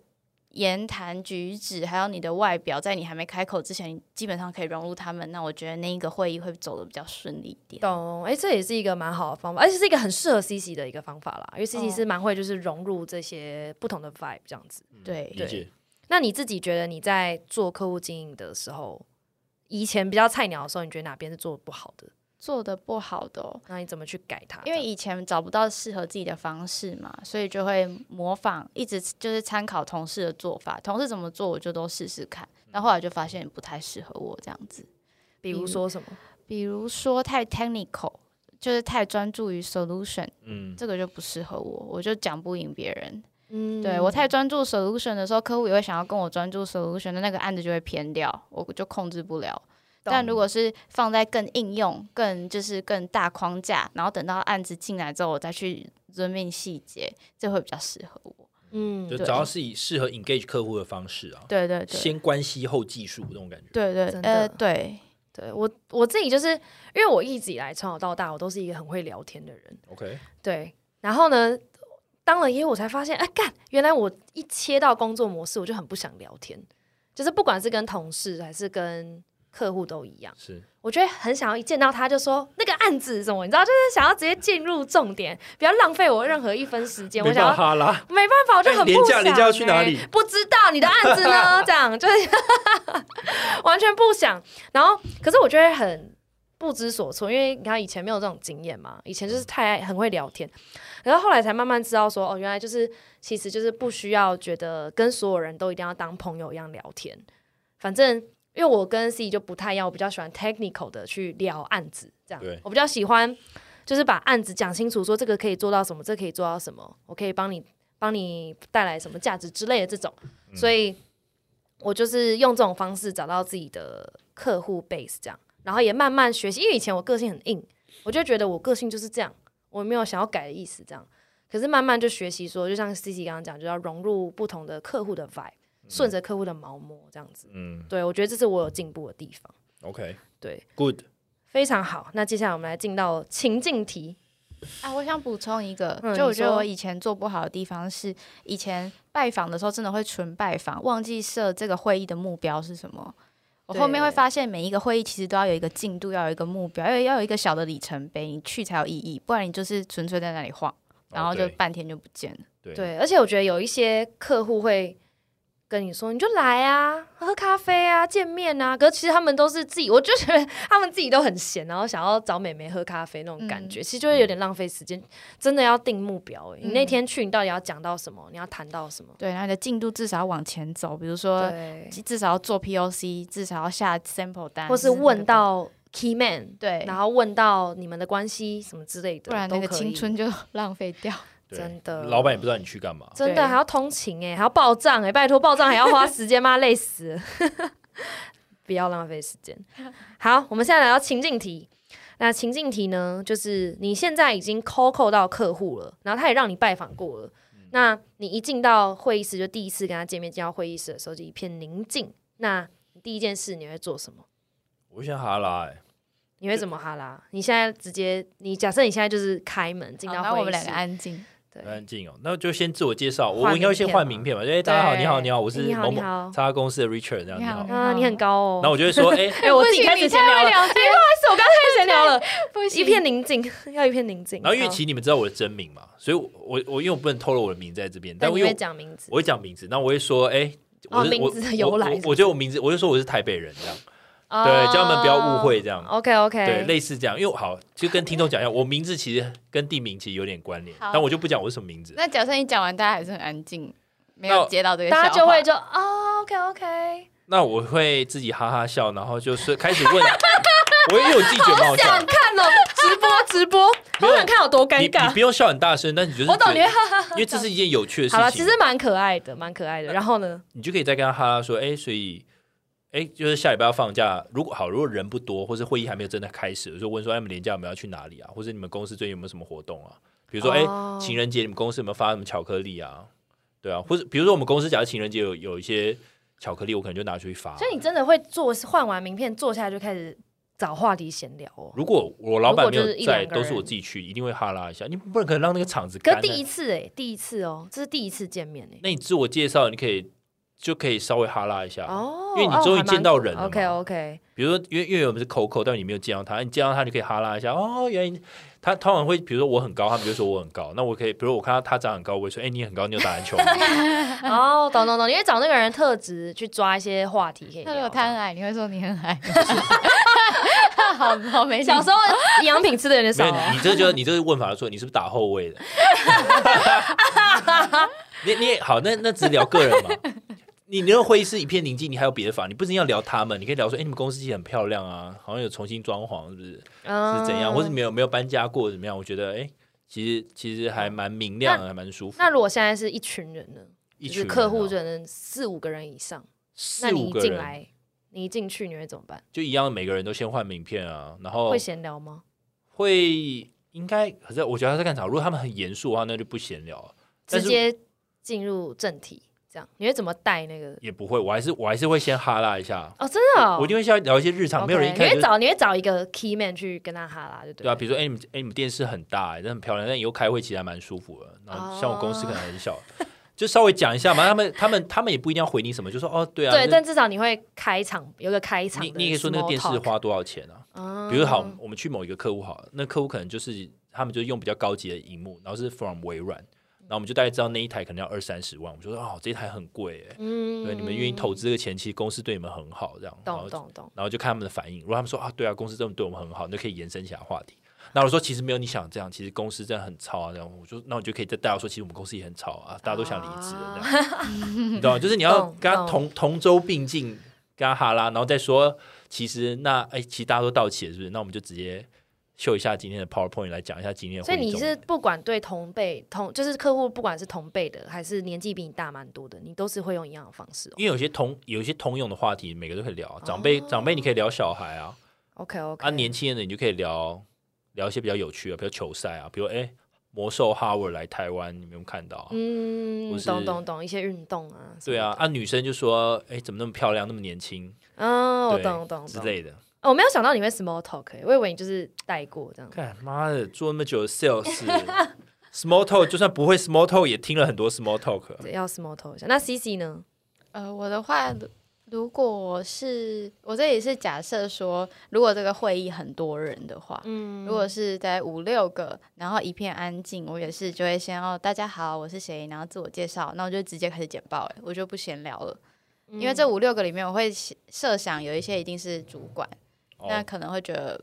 [SPEAKER 1] 言谈举止，还有你的外表，在你还没开口之前，你基本上可以融入他们。那我觉得那一个会议会走的比较顺利一点。
[SPEAKER 2] 懂，哎、这也是一个蛮好的方法，而且是一个很适合 CC 的一个方法啦，因为 CC
[SPEAKER 1] 哦
[SPEAKER 2] 是蛮会就是融入这些不同的 vibe 这样子。
[SPEAKER 1] 对
[SPEAKER 3] 理解。
[SPEAKER 2] 那你自己觉得你在做客户经营的时候，以前比较菜鸟的时候，你觉得哪边是做的不好的？
[SPEAKER 1] 做的不好的、哦，
[SPEAKER 2] 那你怎么去改它？
[SPEAKER 1] 因为以前找不到适合自己的方式嘛，所以就会模仿，一直就是参考同事的做法，同事怎么做我就都试试看。
[SPEAKER 3] 嗯
[SPEAKER 1] 那后来就发现不太适合我这样子。
[SPEAKER 2] 比如说什么？
[SPEAKER 1] 比如说太 technical，就是太专注于 solution，
[SPEAKER 3] 嗯，
[SPEAKER 1] 这个就不适合我，我就讲不赢别人。
[SPEAKER 2] 嗯
[SPEAKER 1] 对我太专注 solution 的时候，客户也会想要跟我专注 solution 的那个案子就会偏掉，我就控制不了。但如果是放在更应用、更就是更大框架，然后等到案子进来之后，我再去遵命细节，这会比较适合我。
[SPEAKER 2] 嗯
[SPEAKER 3] 就
[SPEAKER 1] 对
[SPEAKER 3] 找到是以适合 engage 客户的方式啊，
[SPEAKER 1] 对对对，
[SPEAKER 3] 先关系后技术这种感觉。
[SPEAKER 1] 对对
[SPEAKER 2] 真的
[SPEAKER 1] 呃对，
[SPEAKER 2] 对我我自己就是因为我一直以来从小到大我都是一个很会聊天的人，
[SPEAKER 3] OK，
[SPEAKER 2] 对。然后呢，当了业务我才发现，哎、干，原来我一切到工作模式，我就很不想聊天，就是不管是跟同事还是跟客户都一样。
[SPEAKER 3] 是
[SPEAKER 2] 我觉得很想要一见到他就说那个案子什么，你知道，就是想要直接进入重点，不要浪费我任何一分时间。我
[SPEAKER 3] 没
[SPEAKER 2] 想
[SPEAKER 3] 办法
[SPEAKER 2] 要
[SPEAKER 3] 哈拉，
[SPEAKER 2] 没办法，我就很不
[SPEAKER 3] 哎廉价
[SPEAKER 2] 想、欸。
[SPEAKER 3] 廉价要去哪里
[SPEAKER 2] 不知道你的案子 呢？这样 就是完全不想。然后，可是我就会很不知所措，因为你看以前没有这种经验嘛，以前就是太爱很会聊天，然后后来才慢慢知道说，哦，原来就是其实就是不需要觉得跟所有人都一定要当朋友一样聊天，反正。因为我跟 C 就不太一样，我比较喜欢 technical 的去聊案子，这样
[SPEAKER 3] 对。
[SPEAKER 2] 我比较喜欢就是把案子讲清楚，说这个可以做到什么，这个可以做到什么，我可以帮你帮你带来什么价值之类的这种，所以我就是用这种方式找到自己的客户 base 这样，然后也慢慢学习，因为以前我个性很硬，我就觉得我个性就是这样，我没有想要改的意思这样，可是慢慢就学习说，就像 C C 刚刚讲，就要融入不同的客户的 vibe，顺着客户的毛摸这样子。
[SPEAKER 3] 嗯
[SPEAKER 2] 对我觉得这是我有进步的地方，
[SPEAKER 3] ，OK，Good，
[SPEAKER 2] 对，非常好。那接下来我们来进到情境题，
[SPEAKER 1] 啊，我想补充一个，
[SPEAKER 2] 嗯
[SPEAKER 1] 就我
[SPEAKER 2] 你
[SPEAKER 1] 觉得
[SPEAKER 2] 说
[SPEAKER 1] 我以前做不好的地方是，以前拜访的时候真的会纯拜访，忘记设这个会议的目标是什么。我后面会
[SPEAKER 2] 对
[SPEAKER 1] 发现，每一个会议其实都要有一个进度，要有一个目标，要要有一个小的里程碑，你去才有意义，不然你就是纯粹在那里晃，然
[SPEAKER 2] 哦
[SPEAKER 1] 后就
[SPEAKER 3] 对
[SPEAKER 1] 半天就不见了。
[SPEAKER 3] 对
[SPEAKER 2] 对，而且我觉得有一些客户会跟你说，你就来啊，喝咖啡啊，见面啊。可是其实他们都是自己，我就觉得他们自己都很闲，然后想要找美眉喝咖啡那种感
[SPEAKER 1] 嗯
[SPEAKER 2] 觉，其实就会有点浪费时间。真的要定目标、欸，你那
[SPEAKER 1] 嗯
[SPEAKER 2] 天去，你到底要讲到什么？你要谈到什么？
[SPEAKER 1] 对，然后你的进度至少要往前走，比如说
[SPEAKER 2] 对，
[SPEAKER 1] 至少要做 POC，至少要下 sample 单，
[SPEAKER 2] 或是
[SPEAKER 1] 之类的
[SPEAKER 2] 问到 key man，
[SPEAKER 1] 对，
[SPEAKER 2] 然后问到你们的关系什么之类的，
[SPEAKER 1] 不然那
[SPEAKER 2] 都
[SPEAKER 1] 个
[SPEAKER 2] 可
[SPEAKER 1] 青
[SPEAKER 2] 以
[SPEAKER 1] 春就 浪费掉。
[SPEAKER 3] 对
[SPEAKER 2] 真的
[SPEAKER 3] 老板也不知道你去干嘛。
[SPEAKER 2] 真
[SPEAKER 1] 对
[SPEAKER 2] 的还要通勤哎、还要报账哎、拜托报账还要 花时间吗？累死了， 不要浪费时间。好，我们现在来到情境题。那情境题呢，就是你现在已经 call call 到客户了，然后他也让你拜访过了。那你一进到会议室，就第一次跟他见面，进到会议室的时候就一片宁静。那你第一件事你会做什么？
[SPEAKER 3] 我想哈拉、欸，
[SPEAKER 2] 你会怎么哈拉？你现在直接，你假设你现在就是开门进
[SPEAKER 1] 好
[SPEAKER 2] 到
[SPEAKER 1] 那
[SPEAKER 2] 会议室，
[SPEAKER 1] 我们两个安静。
[SPEAKER 2] 对
[SPEAKER 3] 很，安静哦。那就先自我介绍，我
[SPEAKER 2] 换
[SPEAKER 3] 我应该会先
[SPEAKER 2] 名片
[SPEAKER 3] 换
[SPEAKER 2] 吗
[SPEAKER 3] 名片吧？就哎、大家好，
[SPEAKER 1] 对
[SPEAKER 3] 你好，你好，我是
[SPEAKER 2] 你好
[SPEAKER 3] 某
[SPEAKER 2] 你
[SPEAKER 3] 某
[SPEAKER 2] 好
[SPEAKER 3] 叉叉公司的 Richard，这样
[SPEAKER 1] 你
[SPEAKER 3] 你
[SPEAKER 1] 好
[SPEAKER 3] 好。
[SPEAKER 1] 你好
[SPEAKER 2] 啊，你很高哦。
[SPEAKER 3] 然后我就会说， 哎、
[SPEAKER 2] 哎、我自己开始闲聊了，
[SPEAKER 1] 聊天，
[SPEAKER 2] 是我刚才闲聊了，
[SPEAKER 1] 不
[SPEAKER 2] 一片宁静，要一片宁静。
[SPEAKER 3] 然后因为
[SPEAKER 2] 好
[SPEAKER 3] 其实你们知道我的真名嘛，所以我我我因为我不能透露我的名字在这边，但
[SPEAKER 2] 但
[SPEAKER 3] 我
[SPEAKER 2] 你
[SPEAKER 3] 因为
[SPEAKER 2] 会
[SPEAKER 3] 我
[SPEAKER 2] 讲名字，
[SPEAKER 3] 我会讲名字，那我会说，哎、我
[SPEAKER 2] 哦
[SPEAKER 3] 是
[SPEAKER 2] 名字的由
[SPEAKER 3] 我我
[SPEAKER 2] 来
[SPEAKER 3] 我
[SPEAKER 2] 是不
[SPEAKER 3] 我觉得我名字，我就说我是台北人这样，
[SPEAKER 2] 哦
[SPEAKER 3] 对，叫他们不要误会这样。
[SPEAKER 2] OK OK，
[SPEAKER 3] 对，类似这样，因为好，就跟听众讲一下，哎我名字其实跟地名其实有点关联，
[SPEAKER 1] 好
[SPEAKER 3] 但我就不讲我是什么名字。
[SPEAKER 1] 那假设你讲完，大家还是很安静，没
[SPEAKER 3] 那
[SPEAKER 1] 有
[SPEAKER 3] 我
[SPEAKER 1] 接到这个笑
[SPEAKER 2] 大
[SPEAKER 1] 话，
[SPEAKER 2] 家就会就哦 OK OK，
[SPEAKER 3] 那我会自己哈哈笑，然后就是开始问，啊 我也有自己觉得蛮好笑
[SPEAKER 2] 想
[SPEAKER 3] 的。
[SPEAKER 2] 看了哦直播直播，
[SPEAKER 3] 没有
[SPEAKER 2] 好想看有多尴
[SPEAKER 3] 你你
[SPEAKER 2] 尬
[SPEAKER 3] 不。用笑很大声，但你就是
[SPEAKER 2] 我懂
[SPEAKER 3] 觉得
[SPEAKER 2] 你会
[SPEAKER 3] 因为这是一件有趣的事
[SPEAKER 2] 好了，
[SPEAKER 3] 情。
[SPEAKER 2] 其实蛮可爱的，蛮可爱的。然后呢，
[SPEAKER 3] 你就可以再跟他哈拉说，哎、所以，哎、就是下礼拜要放假，如果好，如果人不多，或是会议还没有真的开始，就问说，哎、你们年假我们要去哪里啊？或者你们公司最近有没有什么活动啊？比如说，哎、
[SPEAKER 2] 哦
[SPEAKER 3] 情人节你们公司有没有发什么巧克力啊？对啊，或者比如说我们公司假如情人节有有一些巧克力，我可能就拿出去发、
[SPEAKER 2] 所以你真的会坐换完名片坐下来就开始找话题闲聊哦。
[SPEAKER 3] 如果我老板没有
[SPEAKER 2] 如果就是一
[SPEAKER 3] 在，
[SPEAKER 2] 两个人
[SPEAKER 3] 都是我自己去，一定会哈拉一下。你不能可能让那个场子
[SPEAKER 2] 可
[SPEAKER 3] 干、
[SPEAKER 2] 是
[SPEAKER 3] 啊。
[SPEAKER 2] 第一次哎，第一次哦，这是第一次见面哎。
[SPEAKER 3] 那你自我介绍，你可以就可以稍微哈拉一下。
[SPEAKER 2] 哦，
[SPEAKER 3] 啊因为你终于见到人了嘛
[SPEAKER 2] OK OK，
[SPEAKER 3] 比如说，因为因 为我们是口口，但你没有见到他，你见到他你可以哈拉一下哦。原来你他通常会，比如说我很高，他们就说我很高。那我可以，比如我看到他长很高，我会说，哎、你很高，你有打篮球吗？
[SPEAKER 2] 哦，懂懂懂，你会找那个人特质去抓一些话题可以
[SPEAKER 1] 那如
[SPEAKER 2] 聊
[SPEAKER 1] 果他很矮，你会说你很矮， 好好没
[SPEAKER 2] 小时候哎 营养品吃的有点
[SPEAKER 3] 没
[SPEAKER 2] 少
[SPEAKER 3] 有，你这就你这个问法就说你是不是打后卫的？你你也好，那那只聊个人嘛。 你你那个会议室一片宁静，你还有别的法，你不是要聊他们，你可以聊说，哎、你们公司其实很漂亮啊，好像有重新装潢，是不是？
[SPEAKER 2] 嗯
[SPEAKER 3] 是怎样？或者你们有没有搬家过？怎么样？我觉得，哎、其实其实还蛮明亮的，还蛮舒服。
[SPEAKER 2] 那如果现在是一群人呢？
[SPEAKER 3] 一
[SPEAKER 2] 就是
[SPEAKER 3] 群
[SPEAKER 2] 客户
[SPEAKER 3] 人哦
[SPEAKER 2] 可能四五个人以上，那
[SPEAKER 3] 四
[SPEAKER 2] 你
[SPEAKER 3] 五
[SPEAKER 2] 一
[SPEAKER 3] 个
[SPEAKER 2] 进
[SPEAKER 3] 人，
[SPEAKER 2] 来，你一进去你会怎么办？
[SPEAKER 3] 就一样，每个人都先换名片啊，然后
[SPEAKER 2] 会闲聊吗？
[SPEAKER 3] 会应该，可是我觉得他在干啥？如果他们很严肃的话，那就不闲聊了。但
[SPEAKER 2] 直
[SPEAKER 3] 是
[SPEAKER 2] 接进入正题，这样你会怎么带那个？
[SPEAKER 3] 也不会，我还是我还是会先哈拉一下，
[SPEAKER 2] 哦，真的哦，
[SPEAKER 3] 我一定会先聊一些日常，没有人一
[SPEAKER 2] OK，
[SPEAKER 3] 开
[SPEAKER 2] 你
[SPEAKER 3] 始
[SPEAKER 2] 会
[SPEAKER 3] 就。
[SPEAKER 2] 找你会找一个 key man 去跟他哈拉，对不
[SPEAKER 3] 对啊，比如说，哎、你们哎、你们电视很大、哎，那很漂亮，但以后开会其实还蛮舒服的。然
[SPEAKER 2] 哦
[SPEAKER 3] 后像我公司可能很小，就稍微讲一下嘛。他们他们他们也不一定要回你什么，就说哦，对啊，
[SPEAKER 2] 对，
[SPEAKER 3] 那
[SPEAKER 2] 但至少你会开场有个开场
[SPEAKER 3] 你
[SPEAKER 2] 的 small talk。
[SPEAKER 3] 你也可以说那个电视花多少钱啊？
[SPEAKER 2] 嗯，
[SPEAKER 3] 比如好，我们去某一个客户好了，那客户可能就是他们就用比较高级的荧幕，然后是 from 微软，然后我们就大概知道那一台可能要二三十万，我们就说哦，这一台很贵哎，
[SPEAKER 2] 嗯
[SPEAKER 3] 对，你们愿意投资这个钱，其实公司对你们很好，这样，然
[SPEAKER 2] 懂
[SPEAKER 3] 后
[SPEAKER 2] 懂懂，
[SPEAKER 3] 然后就看他们的反应，如果他们说啊，对啊，公司真的对我们很好，那就可以延伸其他话题。那我说其实没有你想这样，其实公司真的很超啊，这样，我就那我就可以再带到说，其实我们公司也很超啊，大家都想离职了这样，你懂吗？就是你要
[SPEAKER 2] 啊懂
[SPEAKER 3] 跟他
[SPEAKER 2] 懂
[SPEAKER 3] 同同舟并进，跟他哈拉，然后再说，其实那哎，其实大家都到齐了，是不是？那我们就直接秀一下今天的 PowerPoint 来讲一下今天的
[SPEAKER 2] 所以
[SPEAKER 3] 会议
[SPEAKER 2] 你
[SPEAKER 3] 重
[SPEAKER 2] 是
[SPEAKER 3] 点。
[SPEAKER 2] 不管对同辈同就是客户，不管是同辈的还是年纪比你大蛮多的，你都是会用一样的方式、哦。
[SPEAKER 3] 因为有些通有一些通用的话题，每个都可以聊啊。长辈、长辈你可以聊小孩啊，
[SPEAKER 2] OK OK，
[SPEAKER 3] 啊，年轻人的你就可以聊聊一些比较有趣的，比如球赛啊，比如哎、魔兽 Howard 来台湾，你没有看到啊？
[SPEAKER 2] 嗯
[SPEAKER 3] 或，是
[SPEAKER 2] 懂懂懂，一些运动啊，
[SPEAKER 3] 对啊，，啊，女生就说，哎，怎么那么漂亮，那么年轻
[SPEAKER 2] 嗯，我
[SPEAKER 3] 对
[SPEAKER 2] 懂懂
[SPEAKER 3] 之
[SPEAKER 2] 懂。
[SPEAKER 3] 类的。
[SPEAKER 2] 哦我没有想到你会 small talk，、欸、我以为你就是带过这样。
[SPEAKER 3] 看妈的，做那么久的 sales。Small talk 就算不会 Small talk 也听了很多 Small talk，
[SPEAKER 2] 对要 small talk 一下。那 C C 呢？
[SPEAKER 1] 呃，我的话，如如果是我这里是假设说，如果这个会议很多人的话，
[SPEAKER 2] 嗯
[SPEAKER 1] 如果是在五六个，然后一片安静，我也是就会先哦，大家好，我是谁，然后自我介绍，那我就直接开始简报，哎，我就不闲聊了，因为这五六个里面，我会想设想有一些一定是主管，那
[SPEAKER 3] 哦，
[SPEAKER 1] 可能会觉得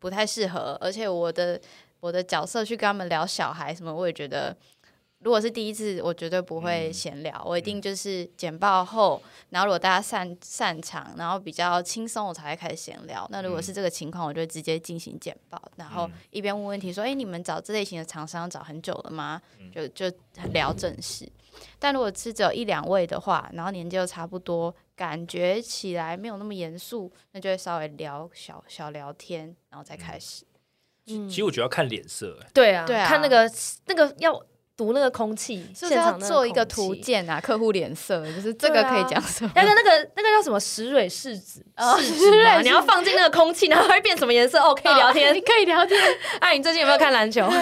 [SPEAKER 1] 不太适合，而且我的我的角色去跟他们聊小孩什么，我也觉得。如果是第一次，我绝对不会
[SPEAKER 3] 嗯
[SPEAKER 1] 闲聊，我一定就是简报后，然后如果大家散散场，然后比较轻松，我才会开始闲聊。那如果
[SPEAKER 3] 嗯
[SPEAKER 1] 是这个情况，我就直接进行简报，然后
[SPEAKER 3] 嗯
[SPEAKER 1] 一边问问题，说：“哎、你们找这类型的厂商找很久了吗？”
[SPEAKER 3] 嗯
[SPEAKER 1] 就就聊正事。但如果是只有一两位的话，然后年纪又差不多，感觉起来没有那么严肃，那就会稍微聊小小聊天，然后再开始。
[SPEAKER 2] 嗯
[SPEAKER 3] 其实我觉得要看脸色、哎
[SPEAKER 2] 对啊，
[SPEAKER 1] 对啊
[SPEAKER 2] 看那个那个要读那个空气，
[SPEAKER 1] 是不是
[SPEAKER 2] 现
[SPEAKER 1] 要
[SPEAKER 2] 场那
[SPEAKER 1] 做一个
[SPEAKER 2] 空
[SPEAKER 1] 图
[SPEAKER 2] 气。
[SPEAKER 1] 鉴啊？客户脸色，就是这个可以讲什 么？
[SPEAKER 2] 那个、那个、那个叫什么石蕊试纸，
[SPEAKER 1] 哦
[SPEAKER 2] 试
[SPEAKER 1] 石
[SPEAKER 2] 纸
[SPEAKER 1] 蕊
[SPEAKER 2] 嘛，
[SPEAKER 1] 试
[SPEAKER 2] 你要放进那个空气，然后它会变什么颜色？哦，可 以聊天。
[SPEAKER 1] 可以聊 天，
[SPEAKER 2] 哎，你最近有没有看 篮球？哦，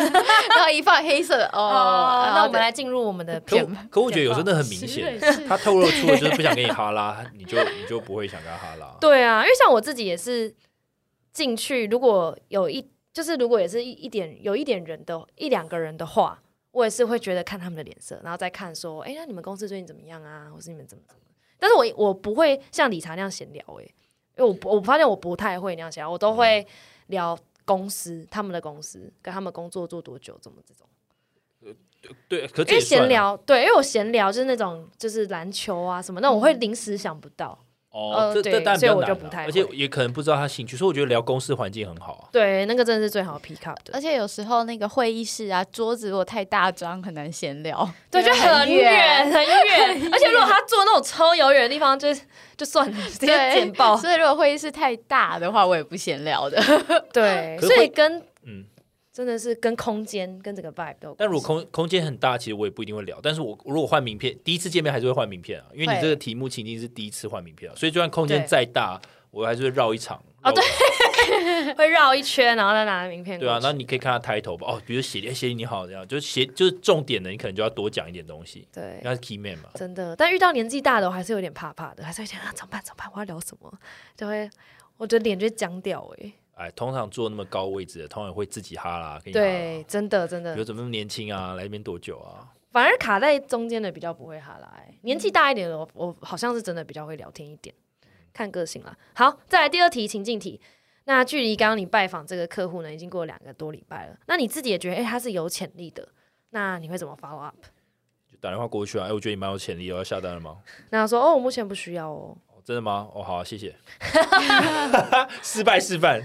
[SPEAKER 1] 然后一放黑色的哦，
[SPEAKER 2] 呃那我们来进入我们的
[SPEAKER 3] 可
[SPEAKER 2] 片
[SPEAKER 3] 我可我觉得有时候那很明
[SPEAKER 1] 简
[SPEAKER 3] 显
[SPEAKER 1] 报是，
[SPEAKER 3] 他透露出了就是不想跟你哈拉，你就你就不会想跟他哈 拉。
[SPEAKER 2] 对啊，因为像我自己也是进去，如果有一就是如果也是一一点有一点人的一两个人的话，我也是会觉得看他们的脸色，然后再看说，哎、那你们公司最近怎么样啊，或是你们怎么怎么？但是我我不会像理查那样闲聊、诶，因为我不我发现我不太会那样闲聊，我都会聊公司他们的公司跟他们工作做多久，怎么这种。
[SPEAKER 3] 对，可这
[SPEAKER 2] 因为
[SPEAKER 3] 也算
[SPEAKER 2] 闲
[SPEAKER 3] 啊
[SPEAKER 2] 聊，对，因为我闲聊就是那种就是篮球啊什么，那我会临时想不到，
[SPEAKER 3] 哦
[SPEAKER 2] 呃，
[SPEAKER 3] 这
[SPEAKER 2] 对
[SPEAKER 3] 这当然比较
[SPEAKER 2] 所以我
[SPEAKER 3] 难
[SPEAKER 2] 就
[SPEAKER 3] 了
[SPEAKER 2] 不太会
[SPEAKER 3] 而且也可能不知道他兴趣，所以我觉得聊公司环境很好啊。
[SPEAKER 2] 对，那个真的是最好 pick up 的
[SPEAKER 1] 而。且有时候那个会议室啊，桌子如果太大张，很难闲聊。
[SPEAKER 2] 对，就
[SPEAKER 1] 因为很
[SPEAKER 2] 很远
[SPEAKER 1] 远
[SPEAKER 2] 很远，而且如果他坐那种超遥远的地方，就就算了，直接
[SPEAKER 1] 对
[SPEAKER 2] 简报。
[SPEAKER 1] 所以如果会议室太大的话，我也不闲聊的。
[SPEAKER 2] 对，
[SPEAKER 3] 可是
[SPEAKER 2] 所以
[SPEAKER 3] 会
[SPEAKER 2] 跟
[SPEAKER 3] 嗯，
[SPEAKER 2] 真的是跟空间跟整个 vibe 都有关系。
[SPEAKER 3] 但如果空空间很大，其实我也不一定会聊。但是我如果换名片，第一次见面还是会换名片啊，因为
[SPEAKER 1] 会
[SPEAKER 3] 你这个题目情境是第一次换名片啊，所以就算空间
[SPEAKER 2] 对
[SPEAKER 3] 再大，我还是会绕一场。哦，对，
[SPEAKER 2] 会绕一圈，然后再拿名片过去。
[SPEAKER 3] 对啊，那你可以看他抬头吧。哦，比如写写写你好，这样就是写就是重点的，你可能就要多讲一点东西，
[SPEAKER 2] 对
[SPEAKER 3] 那是 key man 嘛。
[SPEAKER 2] 真的，但遇到年纪大的，我还是有点怕怕的，还是会想啊，怎么办？怎么办？我要聊什么？就会我的脸就会僵掉哎、欸。
[SPEAKER 3] 哎，通常坐那么高位置的，通常会自己哈啦，跟你哈
[SPEAKER 2] 对
[SPEAKER 3] 拉，，
[SPEAKER 2] 真的真
[SPEAKER 3] 比如
[SPEAKER 2] 的，
[SPEAKER 3] 怎么那么年轻啊，来这边多久啊？
[SPEAKER 2] 反而卡在中间的比较不会哈拉、欸。年纪大一点的我，我好像是真的比较会聊天一点，看个性啦。好，再来第二题情境题。那距离刚刚你拜访这个客户呢，已经过了两个多礼拜了。那你自己也觉得，哎、他是有潜力的，那你会怎么 follow up？
[SPEAKER 3] 就打电话过去啊，哎，我觉得你蛮有潜力的，要下单了吗？
[SPEAKER 2] 那他说，哦，我目前不需要哦。
[SPEAKER 3] 哦真的吗？哦，好、啊，谢 谢。失败示范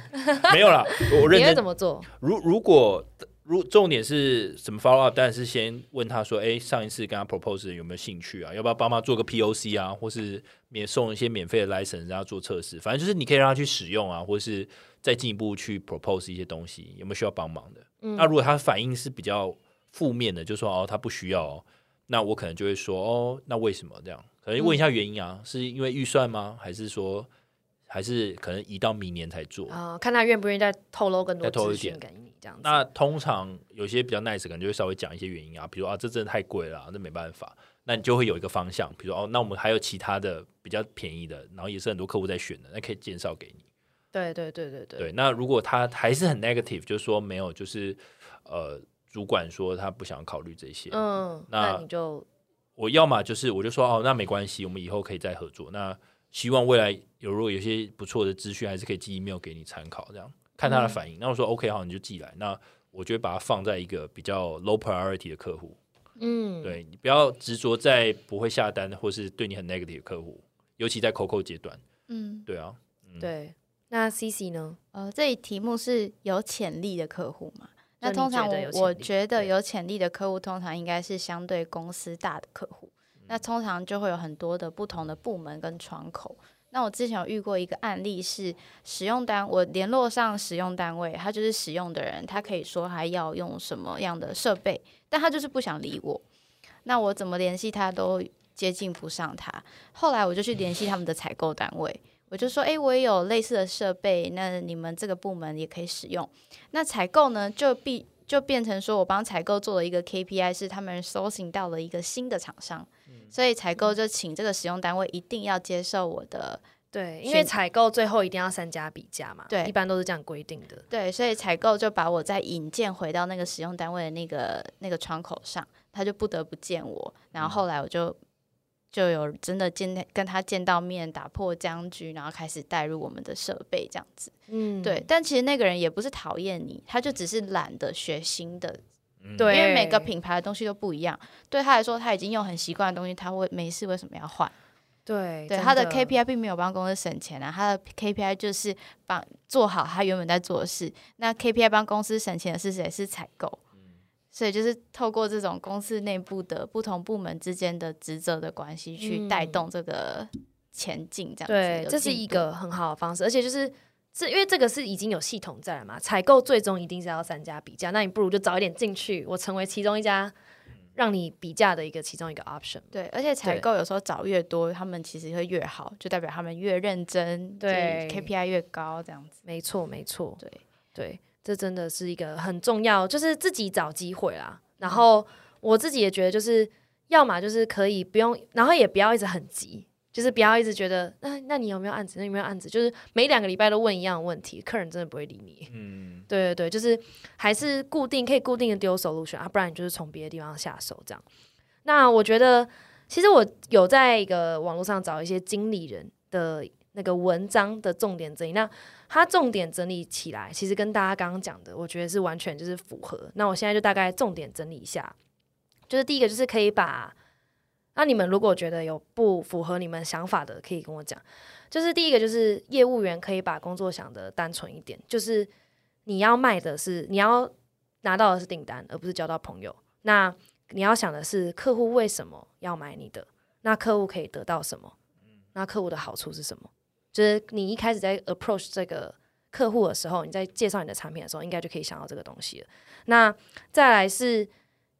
[SPEAKER 3] 没有啦，我我认
[SPEAKER 2] 你会
[SPEAKER 3] 真
[SPEAKER 2] 怎。么做？
[SPEAKER 3] 如如果如重点是什么 follow up，当然是先问他说，哎，上一次跟他 propose 有没有兴趣啊？要不要帮忙做个 POC 啊，或是免送一些免费的 license 让他做测试？反正就是你可以让他去使用啊，或是再进一步去 propose 一些东西，有没有需要帮忙的？那如果他反应是比较负面的，就说哦他不需要、哦，那我可能就会说哦，那为什么这样？可能问一下原因啊，是因为预算吗？还是说还是可能移到明年才做？
[SPEAKER 2] 啊、看他愿不愿意再透露更多
[SPEAKER 3] 再透露
[SPEAKER 2] 资
[SPEAKER 3] 一
[SPEAKER 2] 讯
[SPEAKER 3] 点
[SPEAKER 2] 给你，这样子。
[SPEAKER 3] 那通常有些比较 nice，可能就会稍微讲一些原因啊，比如啊，这真的太贵了啊、那没办法。那你就会有一个方向，比如说哦，那我们还有其他的比较便宜的，然后也是很多客户在选的，那可以介绍给你。
[SPEAKER 2] 对对对对对
[SPEAKER 3] 对，那如果他还是很 negative，就是说没有，就是呃，主管说他不想考虑这些，
[SPEAKER 2] 嗯，
[SPEAKER 3] 那
[SPEAKER 2] 那你就
[SPEAKER 3] 我要么就是我就说哦，那没关系，我们以后可以再合作。那希望未来有如果有些不错的资讯，还是可以寄 email 给你参考，这样看
[SPEAKER 2] 嗯
[SPEAKER 3] 他的反应。那我说 OK 好，你就寄来。那我就会把它放在一个比较 low priority 的客户，
[SPEAKER 2] 嗯，
[SPEAKER 3] 对你不要执着在不会下单或是对你很 negative 的客户，尤其在 COCO 阶段，
[SPEAKER 1] 嗯，
[SPEAKER 3] 对啊，
[SPEAKER 2] 对。那 C C 呢？
[SPEAKER 1] 呃，这一题目是有潜力的客户嘛？那
[SPEAKER 2] 就
[SPEAKER 1] 通
[SPEAKER 2] 你觉
[SPEAKER 1] 常
[SPEAKER 2] 得
[SPEAKER 1] 我
[SPEAKER 2] 有潜
[SPEAKER 1] 我
[SPEAKER 2] 力
[SPEAKER 1] 觉得
[SPEAKER 3] 对
[SPEAKER 1] 有潜力的客户，通常应该是相
[SPEAKER 2] 嗯
[SPEAKER 1] 对公司大的客户。那通常就会有很多的不同的部门跟窗口。那我之前有遇过一个案例是，使用单我联络上使用单位，他就是使用的人，他可以说他要用什么样的设备，但他就是不想理我。那我怎么联系他都接近不上他。后来我就去联系他们的采购单位，我就说：“诶，我也有类似的设备，那你们这个部门也可以使用。”那采购呢，就必就变成说我帮采购做了一个 KPI，是他们搜寻到了一个新的厂商，所以采购就请这个使用单位一定要接受我的
[SPEAKER 2] 对，因为采购最后一定要三家比价嘛，
[SPEAKER 1] 对
[SPEAKER 2] 一般都是这样规定的。
[SPEAKER 1] 对，所以采购就把我再引荐回到那个使用单位的那个那个窗口上，他就不得不见我。然后后来我就就有真的见跟他见到面，打破僵局，然后开始带入我们的设备这样子。
[SPEAKER 2] 嗯，
[SPEAKER 1] 对，但其实那个人也不是讨厌你，他就只是懒得学新的，
[SPEAKER 3] 嗯
[SPEAKER 2] 对
[SPEAKER 1] 因为每个品牌的东西都不一样。对他来说，他已经用很习惯的东西，他会没事为什么要换？
[SPEAKER 2] 对
[SPEAKER 1] 对，
[SPEAKER 2] 真
[SPEAKER 1] 他的 KPI 并没有帮公司省钱啊，他的 KPI 就是帮做好他原本在做的事。那 KPI 帮公司省钱的是谁？是采购。
[SPEAKER 2] 嗯
[SPEAKER 1] 所以就是透过这种公司内部的不同部门之间的职责的关系，去带
[SPEAKER 2] 嗯
[SPEAKER 1] 动这个前进，这样子。
[SPEAKER 2] 对
[SPEAKER 1] 有，
[SPEAKER 2] 这是
[SPEAKER 1] 进
[SPEAKER 2] 一
[SPEAKER 1] 度
[SPEAKER 2] 个很好的方式，而且就是这因为这个是已经有系统在了嘛，采购最终一定是要三家比价，那你不如就早一点进去，我成为其中一家让你比价的一个其中一个 option。
[SPEAKER 1] 对，而且采
[SPEAKER 2] 对
[SPEAKER 1] 购有时候找越多，他们其实会越好，就代表他们越认真，就是
[SPEAKER 2] 对
[SPEAKER 1] ，KPI 越高这样子。
[SPEAKER 2] 没错，没错，
[SPEAKER 1] 对
[SPEAKER 2] 对，这真的是一个很重要，就是自己找机会啦。
[SPEAKER 1] 嗯
[SPEAKER 2] 然后我自己也觉得，就是要么就是可以不用，然后也不要一直很急。就是不要一直觉得，那、那你有没有案子？那你有没有案子？就是每两个礼拜都问一样的问题，客人真的不会理你。
[SPEAKER 3] 嗯，
[SPEAKER 2] 对对对，就是还是固定可以固定的丢 solution 啊，不然你就是从别的地方下手这样。那我觉得，其实我有在一个网络上找一些经理人的那个文章的重点整理，那他重点整理起来，其实跟大家刚刚讲的，我觉得是完全就是符合。那我现在就大概重点整理一下，就是第一个就是可以把，那你们如果觉得有不符合你们想法的，可以跟我讲。就是第一个就是业务员可以把工作想的单纯一点，就是你要卖的是你要拿到的是订单，而不是交到朋友。那你要想的是客户为什么要买你的，那客户可以得到什么，那客户的好处是什么？就是你一开始在 approach 这个客户的时候，你在介绍你的产品的时候，应该就可以想到这个东西了。那再来是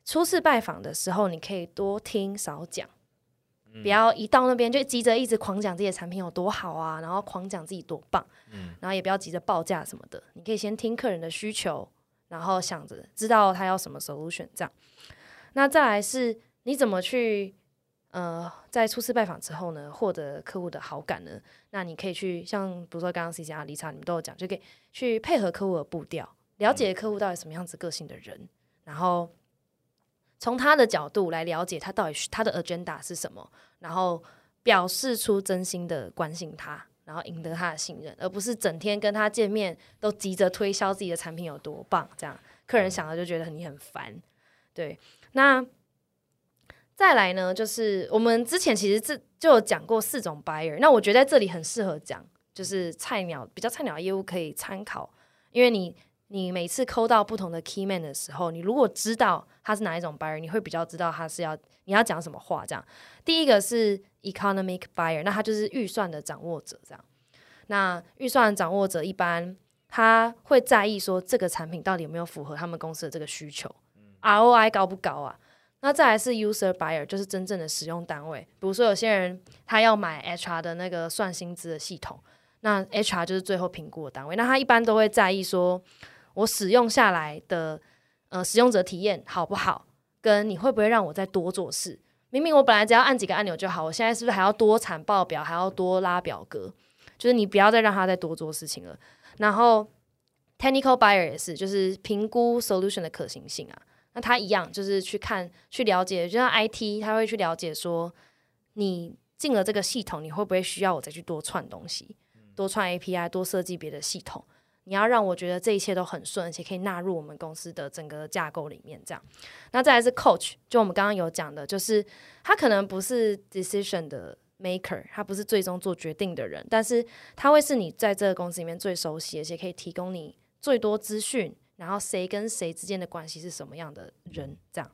[SPEAKER 2] 初次拜访的时候，你可以多听少讲。不要一到那边就急着一直狂讲自己的产品有多好啊，然后狂讲自己多棒，然后也不要急着报价什么的，你可以先听客人的需求，然后想着知道他要什么 solution 这样。那再来是你怎么去呃，在初次拜访之后呢，获得客户的好感呢？那你可以去像比如说刚刚 C C 啊、理查你们都有讲，就可以去配合客户的步调，了解客户到底什么样子个性的人，然后从他的角度来了解他到底需他的 agenda 是什么，然后表示出真心的关心他，然后赢得他的信任，而不是整天跟他见面都急着推销自己的产品有多棒，这样客人想了就觉得你很烦。对，那再来呢，就是我们之前其实这就有讲过四种 buyer，那我觉得在这里很适合讲，就是菜鸟比较菜鸟业务可以参考，因为你你每次抠到不同的 key man 的时候，你如果知道他是哪一种 buyer，你会比较知道他是要你要讲什么话。这样，第一个是 economic buyer，那他就是预算的掌握者。这样，那预算掌握者一般他会在意说这个产品到底有没有符合他们公司的这个需求，ROI 高不高啊？那再来是 user buyer，就是真正的使用单位。比如说，有些人他要买 HR 的那个算薪资的系统，那 HR 就是最后评估的单位。那他一般都会在意说，我使用下来的呃使用者体验好不好，跟你会不会让我再多做事。明明我本来只要按几个按钮就好，我现在是不是还要多产报表，还要多拉表格？就是你不要再让他再多做事情了。然后 technical buyer 也是，就是评估 solution 的可行性啊。那他一样就是去看、去了解，就像 IT，他会去了解说你进了这个系统，你会不会需要我再去多串东西，多串 API，多设计别的系统。你要让我觉得这一切都很顺，而且可以纳入我们公司的整个架构里面，这样。那再来是 coach，就我们刚刚有讲的，就是他可能不是 decision 的 maker，他不是最终做决定的人，但是他会是你在这个公司里面最熟悉，而且可以提供你最多资讯，然后谁跟谁之间的关系是什么样的人，这样。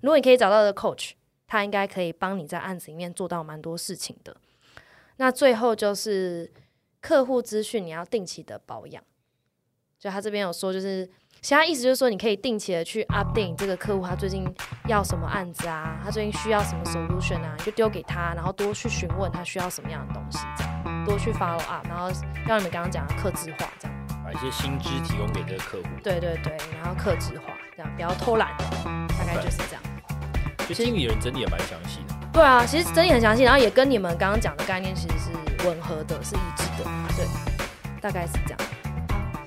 [SPEAKER 2] 如果你可以找到的 coach，他应该可以帮你在案子里面做到蛮多事情的。那最后就是客户资讯你要定期的保养，就他这边有说，就是其实他意思就是说你可以定期的去 update 你这个客户他最近要什么案子啊，他最近需要什么 solution 啊，你就丢给他，然后多去询问他需要什么样的东西，这样多去 follow up，然后让你们刚刚讲的客制化这样。
[SPEAKER 3] 把一些新知提供给这个客户。
[SPEAKER 2] 对对对，然后克制化，这样不要偷懒，大概就是这样。
[SPEAKER 3] 所以经理人整理也蛮详细的。
[SPEAKER 2] 对啊，其实整理很详细，然后也跟你们刚刚讲的概念其实是吻合的，是一致的，对，大概是这样。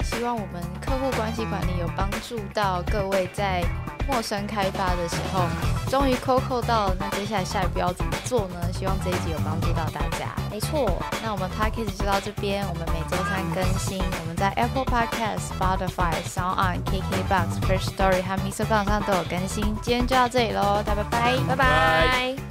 [SPEAKER 1] 希望我们客户关系管理有帮助到各位在陌生开发的时候，终于扣扣到了。那接下来下一步要怎么做呢？希望这一集有帮助到大家。
[SPEAKER 2] 没错，
[SPEAKER 1] 那我们 podcast 就到这边，我们每周三更新。我们在 Apple Podcast、Spotify、Sound On、KKBox、First Story 和 Mr. b a n g 上都有更新。今天就到这里喽，大家拜拜，
[SPEAKER 2] 拜拜。